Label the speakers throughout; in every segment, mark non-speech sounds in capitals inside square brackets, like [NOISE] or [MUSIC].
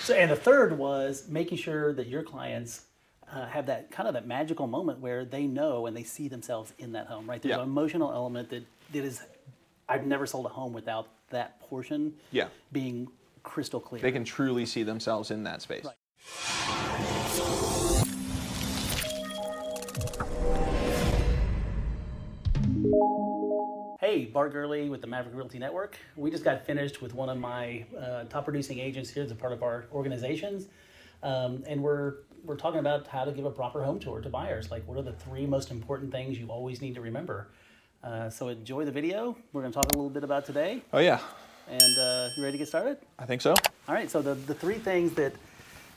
Speaker 1: So, and the third was making sure that your clients uh, have that kind of that magical moment where they know and they see themselves in that home, right? There's
Speaker 2: Yeah.
Speaker 1: an emotional element that, that is, I've never sold a home without that portion
Speaker 2: Yeah.
Speaker 1: being crystal clear.
Speaker 2: They can truly see themselves in that space.
Speaker 1: Right. Hey, Bart Gurley with the Maverick Realty Network. We just got finished with one of my uh, top producing agents here as a part of our organizations, um, and we're we're talking about how to give a proper home tour to buyers. Like, what are the three most important things you always need to remember? Uh, so enjoy the video. We're going to talk a little bit about today,
Speaker 2: Oh yeah,
Speaker 1: and uh, you ready to get started?
Speaker 2: I think so.
Speaker 1: All right. So the, the three things that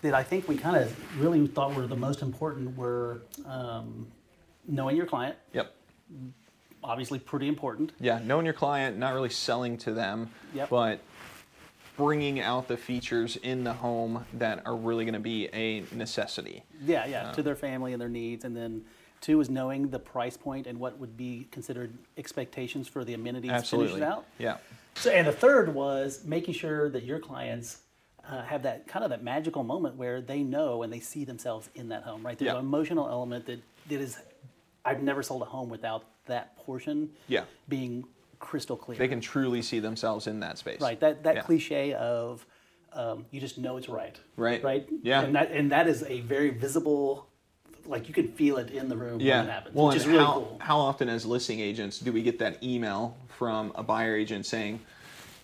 Speaker 1: that I think we kind of really thought were the most important were um, knowing your client,
Speaker 2: Yep.
Speaker 1: obviously pretty important.
Speaker 2: Yeah, knowing your client, not really selling to them,
Speaker 1: Yep.
Speaker 2: but bringing out the features in the home that are really going to be a necessity.
Speaker 1: Yeah, yeah,
Speaker 2: Um,
Speaker 1: to their family and their needs, and then two is knowing the price point and what would be considered expectations for the amenities
Speaker 2: Absolutely.
Speaker 1: finishes out.
Speaker 2: Yeah.
Speaker 1: So, and the third was making sure that your clients uh, have that kind of that magical moment where they know and they see themselves in that home, right? There's
Speaker 2: Yeah.
Speaker 1: an emotional element that that is, I've never sold a home without that portion
Speaker 2: Yeah.
Speaker 1: being crystal clear.
Speaker 2: They can truly see themselves in that space.
Speaker 1: Right. That that
Speaker 2: Yeah.
Speaker 1: cliche of um, you just know it's right.
Speaker 2: Right.
Speaker 1: Right.
Speaker 2: Yeah.
Speaker 1: And that and that is a very visible, like you can feel it in the room
Speaker 2: Yeah.
Speaker 1: when it happens,
Speaker 2: well,
Speaker 1: which
Speaker 2: and
Speaker 1: is really
Speaker 2: how,
Speaker 1: cool.
Speaker 2: how often as listing agents do we get that email from a buyer agent saying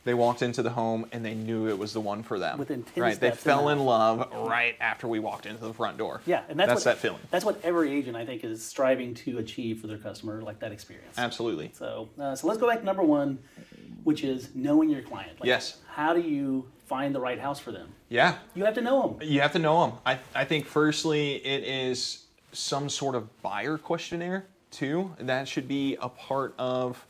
Speaker 2: they walked into the home and they knew it was the one for them?
Speaker 1: Within 10
Speaker 2: Right.
Speaker 1: steps
Speaker 2: they
Speaker 1: in
Speaker 2: fell
Speaker 1: the
Speaker 2: in
Speaker 1: house.
Speaker 2: love right after we walked into the front door.
Speaker 1: Yeah, and that's, what,
Speaker 2: that feeling.
Speaker 1: That's what every agent I think is striving to achieve for their customer, like that experience.
Speaker 2: Absolutely.
Speaker 1: So, uh, so let's go back to number one, which is knowing your client. Like,
Speaker 2: Yes.
Speaker 1: How do you find the right house for them?
Speaker 2: Yeah.
Speaker 1: You have to know them.
Speaker 2: You have to know them. I, I think, firstly, it is some sort of buyer questionnaire, too. That should be a part of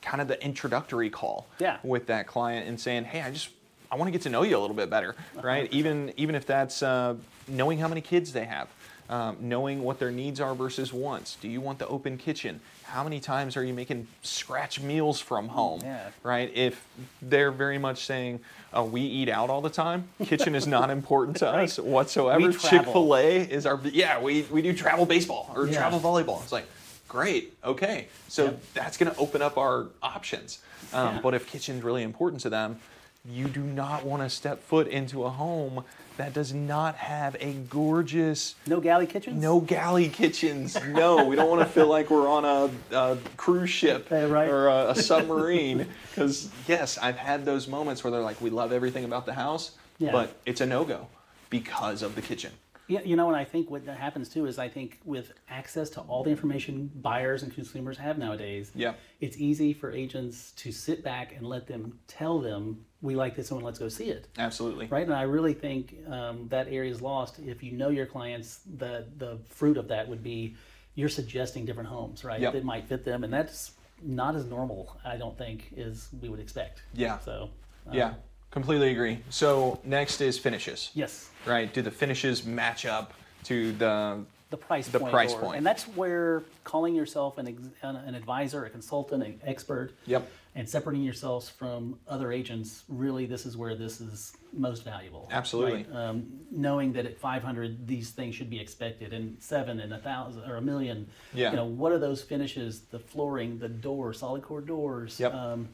Speaker 2: kind of the introductory call
Speaker 1: Yeah.
Speaker 2: with that client and saying, hey, I just, I want to get to know you a little bit better,
Speaker 1: [LAUGHS]
Speaker 2: right? Even, even if that's uh, knowing how many kids they have. Um, knowing what their needs are versus wants. Do you want the open kitchen? How many times are you making scratch meals from home?
Speaker 1: Yeah.
Speaker 2: right? If they're very much saying, oh, we eat out all the time, kitchen is not
Speaker 1: [LAUGHS]
Speaker 2: important to us whatsoever.
Speaker 1: We travel.
Speaker 2: Chick fil A is our, yeah, we, we do travel baseball or
Speaker 1: Yeah.
Speaker 2: travel volleyball. It's like, great, okay. So
Speaker 1: Yep.
Speaker 2: that's going to open up our options. Um,
Speaker 1: Yeah.
Speaker 2: But if kitchen's really important to them, you do not want to step foot into a home that does not have a gorgeous
Speaker 1: No galley kitchens.
Speaker 2: no galley kitchens. No, we don't want to feel like we're on a, a cruise ship
Speaker 1: Yeah, right. [LAUGHS]
Speaker 2: or a, a submarine. Because yes, I've had those moments where they're like, we love everything about the house,
Speaker 1: Yeah.
Speaker 2: but it's a no go because of the kitchen.
Speaker 1: Yeah, you know, and I think what that happens too is I think with access to all the information buyers and consumers have nowadays,
Speaker 2: Yeah.
Speaker 1: it's easy for agents to sit back and let them tell them we like this one, let's go see it,
Speaker 2: Absolutely.
Speaker 1: right? And I really think um, that area is lost if you know your clients. The the fruit of that would be you're suggesting different homes, right?
Speaker 2: Yep.
Speaker 1: That might fit them, and that's not as normal. I don't think as we would expect.
Speaker 2: Yeah.
Speaker 1: So. uh,
Speaker 2: Yeah, completely agree. So next is finishes,
Speaker 1: Yes.
Speaker 2: right? Do the finishes match up to the
Speaker 1: the price
Speaker 2: The
Speaker 1: point
Speaker 2: price
Speaker 1: or-
Speaker 2: point.
Speaker 1: and that's where calling yourself an, ex, an, an advisor a consultant an expert
Speaker 2: Yep.
Speaker 1: and separating yourselves from other agents really this is where this is most valuable
Speaker 2: Absolutely.
Speaker 1: right? um, knowing that at 500 these things should be expected and seven and a thousand or a million
Speaker 2: Yeah.
Speaker 1: you know what are those finishes the flooring the door solid core doors
Speaker 2: Yep.
Speaker 1: um,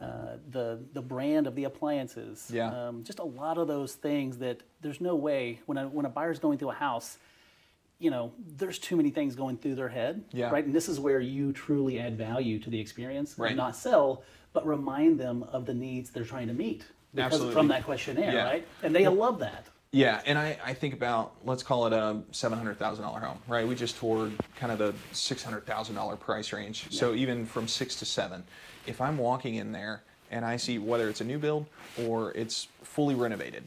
Speaker 1: uh, the the brand of the appliances.
Speaker 2: Yeah.
Speaker 1: Um, just a lot of those things that there's no way when a, when a buyer's going through a house, you know, there's too many things going through their head.
Speaker 2: Yeah.
Speaker 1: Right. And this is where you truly add value to the experience and
Speaker 2: Right.
Speaker 1: not sell, but remind them of the needs they're trying to meet. because-
Speaker 2: Absolutely.
Speaker 1: From that questionnaire,
Speaker 2: Yeah.
Speaker 1: right? And they love that.
Speaker 2: Yeah, and I, I think about let's call it a seven hundred thousand dollar home, right? We just toured kind of the six hundred thousand dollar price range. So even from six to seven, if I'm walking in there and I see whether it's a new build or it's fully renovated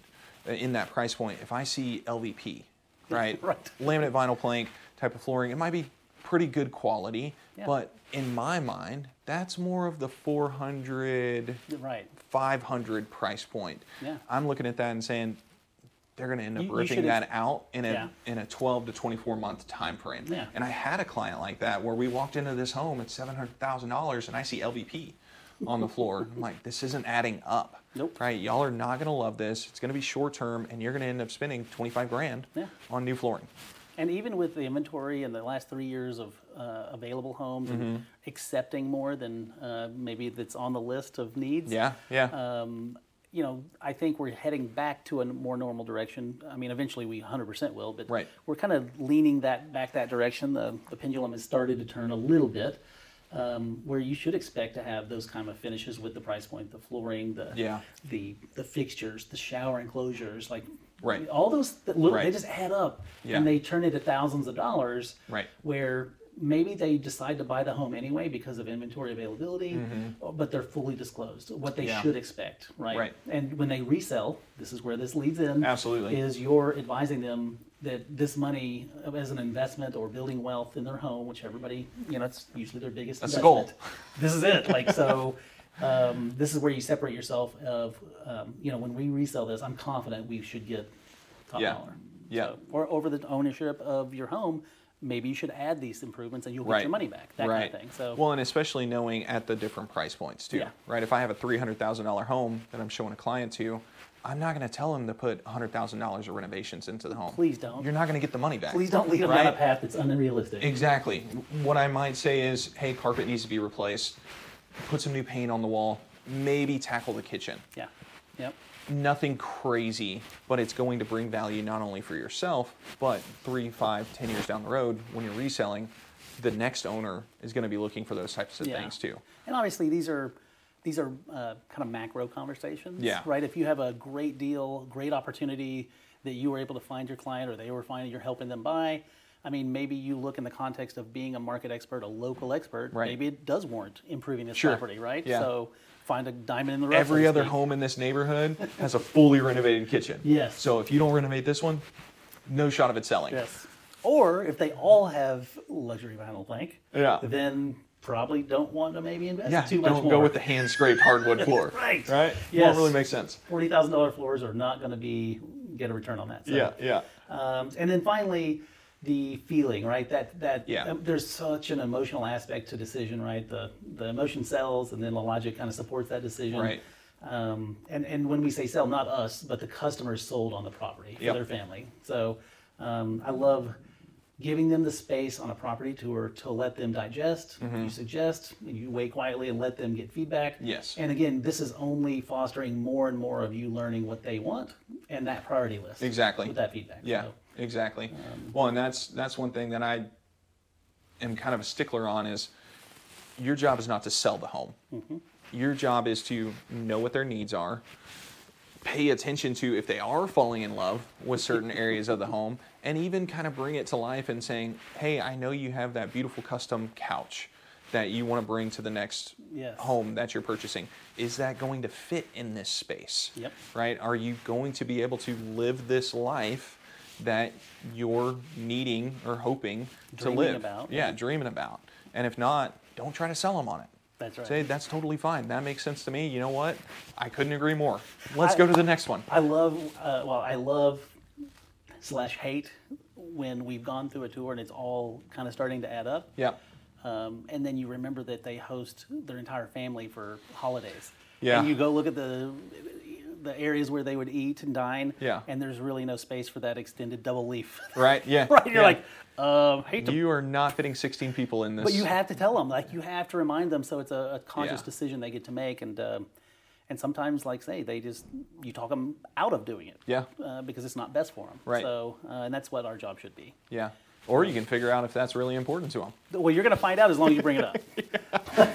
Speaker 2: uh, in that price point, if I see LVP, right,
Speaker 1: Right.
Speaker 2: laminate vinyl plank type of flooring, it might be pretty good quality,
Speaker 1: Yeah.
Speaker 2: but in my mind, that's more of the four hundred.
Speaker 1: Right.
Speaker 2: 500 price point.
Speaker 1: Yeah.
Speaker 2: I'm looking at that and saying they're going to end up
Speaker 1: You- you
Speaker 2: ripping
Speaker 1: should've-
Speaker 2: that out in a
Speaker 1: Yeah.
Speaker 2: in a 12 to 24 month time frame.
Speaker 1: Yeah.
Speaker 2: And I had a client like that where we walked into this home at $700,000 and I see LVP. on the floor.
Speaker 1: [LAUGHS]
Speaker 2: I'm like, this isn't adding up.
Speaker 1: Nope.
Speaker 2: Right? Y'all are not gonna love this. It's gonna be short term, and you're gonna end up spending 25 grand
Speaker 1: Yeah.
Speaker 2: on new flooring.
Speaker 1: And even with the inventory and the last three years of uh, available homes
Speaker 2: Mm-hmm.
Speaker 1: and accepting more than uh, maybe that's on the list of needs.
Speaker 2: Yeah. Yeah.
Speaker 1: Um, you know, I think we're heading back to a more normal direction. I mean, eventually we 100% will, but
Speaker 2: Right.
Speaker 1: we're kind of leaning that back that direction. The, the pendulum has started to turn a little bit, um, where you should expect to have those kind of finishes with the price point, the flooring, the
Speaker 2: Yeah.
Speaker 1: the the fixtures, the shower enclosures, like
Speaker 2: Right.
Speaker 1: all those that look, they
Speaker 2: Right.
Speaker 1: just add up
Speaker 2: Yeah.
Speaker 1: and they turn into thousands of dollars.
Speaker 2: Right.
Speaker 1: Where maybe they decide to buy the home anyway because of inventory availability,
Speaker 2: Mm-hmm.
Speaker 1: but they're fully disclosed what they
Speaker 2: Yeah.
Speaker 1: should expect, right?
Speaker 2: Right.
Speaker 1: And when they resell, this is where this leads in.
Speaker 2: Absolutely.
Speaker 1: Is you're advising them that this money uh, as an investment or building wealth in their home, which everybody, you know, that's usually their biggest
Speaker 2: That's the goal. [LAUGHS]
Speaker 1: investment. This is it. Like so, um, this is where you separate yourself. Of um, you know, when we resell this, I'm confident we should get top
Speaker 2: Yeah.
Speaker 1: dollar.
Speaker 2: Yeah.
Speaker 1: So, or over the ownership of your home, maybe you should add these improvements and you'll get
Speaker 2: Right.
Speaker 1: your money back. That
Speaker 2: right.
Speaker 1: kind of thing. So
Speaker 2: well, and especially knowing at the different price points too,
Speaker 1: Yeah.
Speaker 2: right? If I have a three hundred thousand dollar home that I'm showing a client to, I'm not going to tell him to put hundred thousand dollars of renovations into the home.
Speaker 1: Please don't.
Speaker 2: You're not going to get the money back.
Speaker 1: please don't lead them down
Speaker 2: Right.
Speaker 1: a path that's unrealistic.
Speaker 2: Exactly. What I might say is, hey, carpet needs to be replaced. Put some new paint on the wall. Maybe tackle the kitchen.
Speaker 1: yeah. Yep.
Speaker 2: Nothing crazy, but it's going to bring value not only for yourself, but three, five, ten years down the road when you're reselling, the next owner is going to be looking for those types of
Speaker 1: Yeah.
Speaker 2: things too.
Speaker 1: And obviously, these are these are uh, kind of macro conversations,
Speaker 2: Yeah.
Speaker 1: right? If you have a great deal, great opportunity that you were able to find your client or they were finding you're helping them buy. I mean, maybe you look in the context of being a market expert, a local expert.
Speaker 2: Right.
Speaker 1: Maybe it does warrant improving this
Speaker 2: Sure.
Speaker 1: property, right?
Speaker 2: Yeah.
Speaker 1: So find a diamond in the rough. so
Speaker 2: Every
Speaker 1: to
Speaker 2: other
Speaker 1: speak.
Speaker 2: home in this neighborhood has a fully renovated kitchen.
Speaker 1: Yes.
Speaker 2: So if you don't renovate this one, no shot of it selling.
Speaker 1: Yes. Or if they all have luxury vinyl plank,
Speaker 2: Yeah.
Speaker 1: then probably don't want to maybe invest
Speaker 2: Yeah,
Speaker 1: too much
Speaker 2: don't
Speaker 1: more.
Speaker 2: go with the hand
Speaker 1: [LAUGHS]
Speaker 2: scraped hardwood floor.
Speaker 1: Right.
Speaker 2: Right?
Speaker 1: Yes.
Speaker 2: Won't really make sense.
Speaker 1: forty thousand dollar floors are not going to be get a return on that. So.
Speaker 2: Yeah, yeah.
Speaker 1: Um, and then finally, the feeling, right? That that
Speaker 2: Yeah.
Speaker 1: um, there's such an emotional aspect to decision, right? The the emotion sells, and then the logic kind of supports that decision.
Speaker 2: Right.
Speaker 1: Um, and and when we say sell, not us, but the customers sold on the property for
Speaker 2: Yep.
Speaker 1: their family. So um, I love giving them the space on a property tour to let them digest.
Speaker 2: Mm-hmm.
Speaker 1: You suggest, you wait quietly and let them get feedback.
Speaker 2: Yes.
Speaker 1: And again, this is only fostering more and more of you learning what they want and that priority list.
Speaker 2: Exactly.
Speaker 1: With that feedback.
Speaker 2: Yeah,
Speaker 1: So, Um,
Speaker 2: exactly. well, and that's that's one thing that I am kind of a stickler on is your job is not to sell the home.
Speaker 1: Mm-hmm.
Speaker 2: Your job is to know what their needs are, pay attention to if they are falling in love
Speaker 1: [LAUGHS]
Speaker 2: with certain areas of the home, and even kind of bring it to life and saying, "Hey, I know you have that beautiful custom couch." That you want to bring to the next
Speaker 1: Yes.
Speaker 2: home that you're purchasing. Is that going to fit in this space?
Speaker 1: Yep.
Speaker 2: right? Are you going to be able to live this life that you're needing or hoping
Speaker 1: Dreaming
Speaker 2: to live?
Speaker 1: about.
Speaker 2: Yeah, dreaming about. And if not, don't try to sell them on it.
Speaker 1: That's right.
Speaker 2: Say that's totally fine. That makes sense to me. You know what? I couldn't agree more. Let's go to the next one.
Speaker 1: I love, uh, well, I love slash hate when we've gone through a tour and it's all kind of starting to add up.
Speaker 2: Yeah.
Speaker 1: Um, and then you remember that they host their entire family for holidays.
Speaker 2: Yeah.
Speaker 1: And you go look at the the areas where they would eat and dine.
Speaker 2: Yeah.
Speaker 1: And there's really no space for that extended double leaf. [LAUGHS]
Speaker 2: Right. Yeah.
Speaker 1: right. You're
Speaker 2: yeah.
Speaker 1: like, um, hate to.
Speaker 2: you are not fitting 16 people in this.
Speaker 1: but you have to tell them. Like you have to remind them. So it's a, a conscious
Speaker 2: Yeah.
Speaker 1: decision they get to make. And um, and sometimes, like say, they just you talk them out of doing it.
Speaker 2: Yeah.
Speaker 1: Uh, because it's not best for them.
Speaker 2: Right.
Speaker 1: So uh, and that's what our job should be.
Speaker 2: Yeah. Or you can figure out if that's really important to them.
Speaker 1: Well, you're gonna find out as long as you bring it up.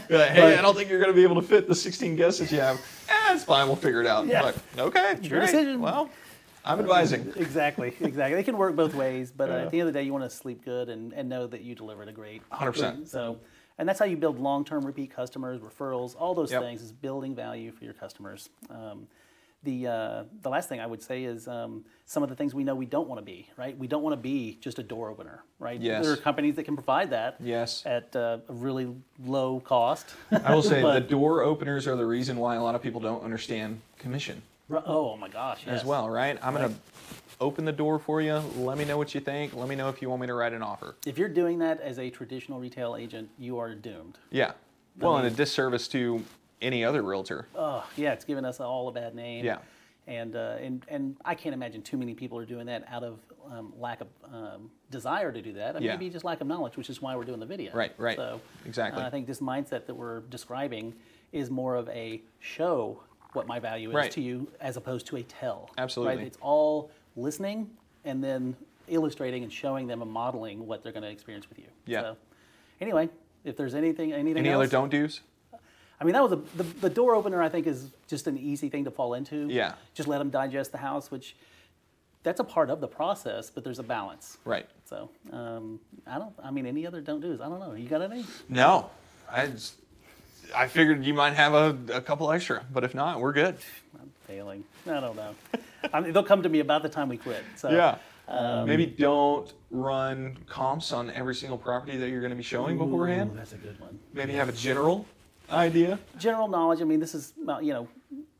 Speaker 2: hey, I don't think you're going to be able to fit the 16 guests that you have. Eh, it's fine. We'll figure it out.
Speaker 1: Yeah.
Speaker 2: Like, okay.
Speaker 1: your
Speaker 2: great.
Speaker 1: decision.
Speaker 2: Well, I'm advising.
Speaker 1: exactly, exactly. They can work both ways, but uh, at the end of the day, you want to sleep good and, and know that you delivered a great.
Speaker 2: 100%.
Speaker 1: So, and that's how you build long-term repeat customers, referrals, all those
Speaker 2: Yep.
Speaker 1: things is building value for your customers. Um, the uh, the last thing I would say is um, some of the things we know we don't want to be. Right, we don't want to be just a door opener. Right.
Speaker 2: Yes.
Speaker 1: There are companies that can provide that.
Speaker 2: Yes.
Speaker 1: At uh, a really low
Speaker 2: [LAUGHS]
Speaker 1: cost.
Speaker 2: I will say the
Speaker 1: But-
Speaker 2: door openers are the reason why a lot of people don't understand commission
Speaker 1: oh my gosh. Yes.
Speaker 2: as well, right? I'm going to open the door for you. Let me know what you think. Let me know if you want me to write an offer.
Speaker 1: If you're doing that as a traditional retail agent, you are doomed.
Speaker 2: Yeah. Well, and a disservice to any other realtor.
Speaker 1: Oh, yeah, it's given us all a bad name.
Speaker 2: Yeah.
Speaker 1: And, uh, and and I can't imagine too many people are doing that out of um, lack of um, desire to do that. and
Speaker 2: Yeah.
Speaker 1: Maybe just lack of knowledge, which is why we're doing the video.
Speaker 2: Right, right.
Speaker 1: So
Speaker 2: Exactly.
Speaker 1: uh, I think this mindset that we're describing is more of a show what my value is
Speaker 2: Right.
Speaker 1: to you as opposed to a tell.
Speaker 2: Absolutely.
Speaker 1: Right? It's all listening and then illustrating and showing them and modeling what they're going to experience with you.
Speaker 2: Yeah.
Speaker 1: So, anyway, if there's anything, anything
Speaker 2: Any
Speaker 1: else,
Speaker 2: other don't do's?
Speaker 1: I mean, that was a, the, the door opener, I think, is just an easy thing to fall into.
Speaker 2: Yeah.
Speaker 1: Just let them digest the house, which that's a part of the process, but there's a balance.
Speaker 2: Right.
Speaker 1: So, um, I don't, I mean, any other don't do's? I don't know. You got any?
Speaker 2: No, I just, I figured you might have a, a couple extra, but if not, we're good.
Speaker 1: I'm failing. I don't
Speaker 2: [LAUGHS]
Speaker 1: know. I mean, they'll come to me about the time we quit. So, um,
Speaker 2: Yeah. Maybe don't run comps on every single property that you're going to be showing
Speaker 1: Ooh,
Speaker 2: beforehand.
Speaker 1: that's a good one.
Speaker 2: Maybe have a general idea.
Speaker 1: General knowledge, I mean, this is, well, you know,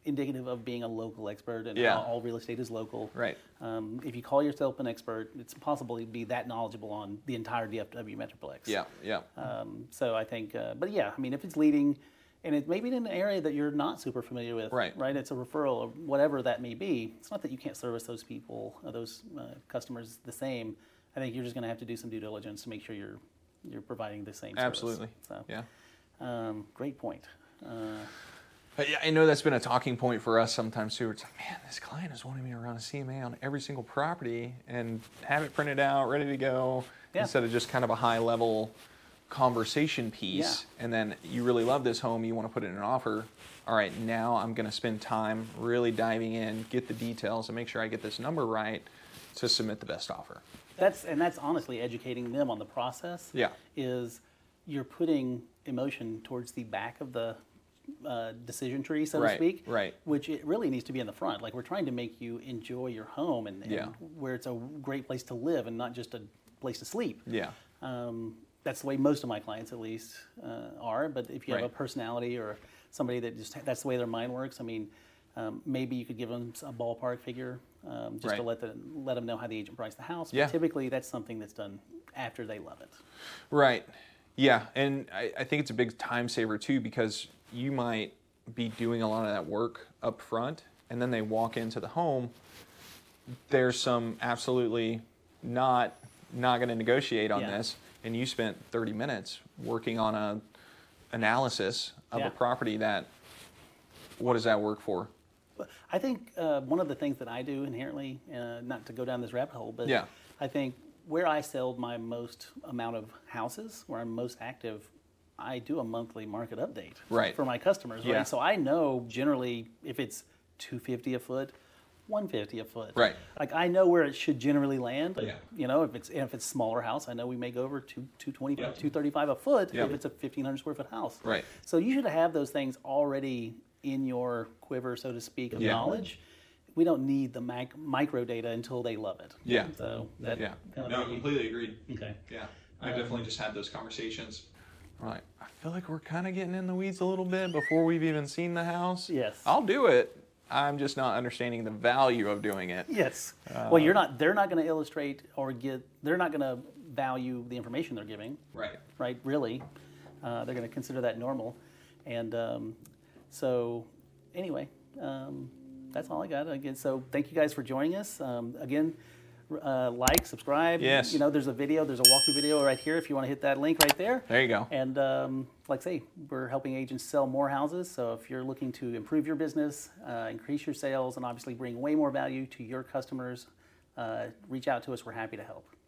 Speaker 1: indicative of being a local expert and
Speaker 2: Yeah.
Speaker 1: how all real estate is local.
Speaker 2: Right.
Speaker 1: Um, if you call yourself an expert, it's impossible to be that knowledgeable on the entire DFW Metroplex.
Speaker 2: Yeah, yeah.
Speaker 1: Um, so I think, uh, but yeah, I mean, if it's leading, and it maybe in an area that you're not super familiar with,
Speaker 2: Right.
Speaker 1: Right, it's a referral or whatever that may be. It's not that you can't service those people, or those uh, customers the same. I think you're just going to have to do some due diligence to make sure you're you're providing the same. service.
Speaker 2: Absolutely.
Speaker 1: So,
Speaker 2: Yeah.
Speaker 1: um, great point. Uh,
Speaker 2: But yeah, I know that's been a talking point for us sometimes too. It's like, man, this client is wanting me to run a CMA on every single property and have it printed out, ready to go,
Speaker 1: Yeah.
Speaker 2: instead of just kind of a high level conversation piece. And then you really love this home, you want to put it in an offer. All right, now I'm going to spend time really diving in, get the details, and make sure I get this number right to submit the best offer.
Speaker 1: That's and that's honestly educating them on the process.
Speaker 2: Yeah.
Speaker 1: is you're putting emotion towards the back of the uh, decision tree, so
Speaker 2: Right,
Speaker 1: to speak.
Speaker 2: right.
Speaker 1: Which it really needs to be in the front. Like we're trying to make you enjoy your home and, and
Speaker 2: Yeah.
Speaker 1: where it's a great place to live and not just a place to sleep.
Speaker 2: Yeah.
Speaker 1: Um, that's the way most of my clients, at least, uh, are. But if you have
Speaker 2: Right.
Speaker 1: a personality or somebody that just that's the way their mind works, I mean, um, maybe you could give them a ballpark figure um, just to
Speaker 2: Right.
Speaker 1: let the, let them know how the agent priced the house. But
Speaker 2: Yeah.
Speaker 1: typically, that's something that's done after they love it.
Speaker 2: Right. Yeah. And I, I think it's a big time saver too because you might be doing a lot of that work up front and then they walk into the home. There's some absolutely not not going to negotiate on
Speaker 1: Yeah.
Speaker 2: this and you spent 30 minutes working on a analysis of
Speaker 1: Yeah.
Speaker 2: a property that what does that work for?
Speaker 1: But I think uh, one of the things that I do inherently, uh, not to go down this rabbit hole, but
Speaker 2: Yeah.
Speaker 1: I think where I sell my most amount of houses, where I'm most active, I do a monthly market update
Speaker 2: Right.
Speaker 1: for my customers.
Speaker 2: Yeah.
Speaker 1: Right. So I know generally if it's 250 a foot, 150 a foot.
Speaker 2: Right.
Speaker 1: Like I know where it should generally land.
Speaker 2: Yeah.
Speaker 1: You know, if it's and if it's smaller house, I know we may go over two 220,
Speaker 2: Yeah.
Speaker 1: 235 a foot
Speaker 2: Yeah.
Speaker 1: if it's a 1500 square foot house.
Speaker 2: Right.
Speaker 1: So you should have those things already in your quiver, so to speak, of
Speaker 2: Yeah.
Speaker 1: knowledge. We don't need the mac- micro data until they love it.
Speaker 2: Yeah.
Speaker 1: So that,
Speaker 2: Yeah.
Speaker 1: that would be-
Speaker 2: completely agreed.
Speaker 1: Okay.
Speaker 2: Yeah, I definitely just had those conversations. I'm like, I feel like we're kind of getting in the weeds a little bit before we've even seen the house.
Speaker 1: Yes.
Speaker 2: I'll do it. I'm just not understanding the value of doing it.
Speaker 1: Yes. well, you're
Speaker 2: Uh,
Speaker 1: not. They're not going to illustrate or get. They're not going to value the information they're giving.
Speaker 2: Right.
Speaker 1: right? Really, uh, they're going to consider that normal, and um, so anyway, um, that's all I got. Again, so thank you guys for joining us. Um, again, r- uh, like, subscribe.
Speaker 2: Yes.
Speaker 1: You know, there's a video. There's a walkthrough video right here. If you want to hit that link right there.
Speaker 2: There you go.
Speaker 1: And um, like I say, we're helping agents sell more houses. So if you're looking to improve your business, uh, increase your sales, and obviously bring way more value to your customers, uh, reach out to us. We're happy to help.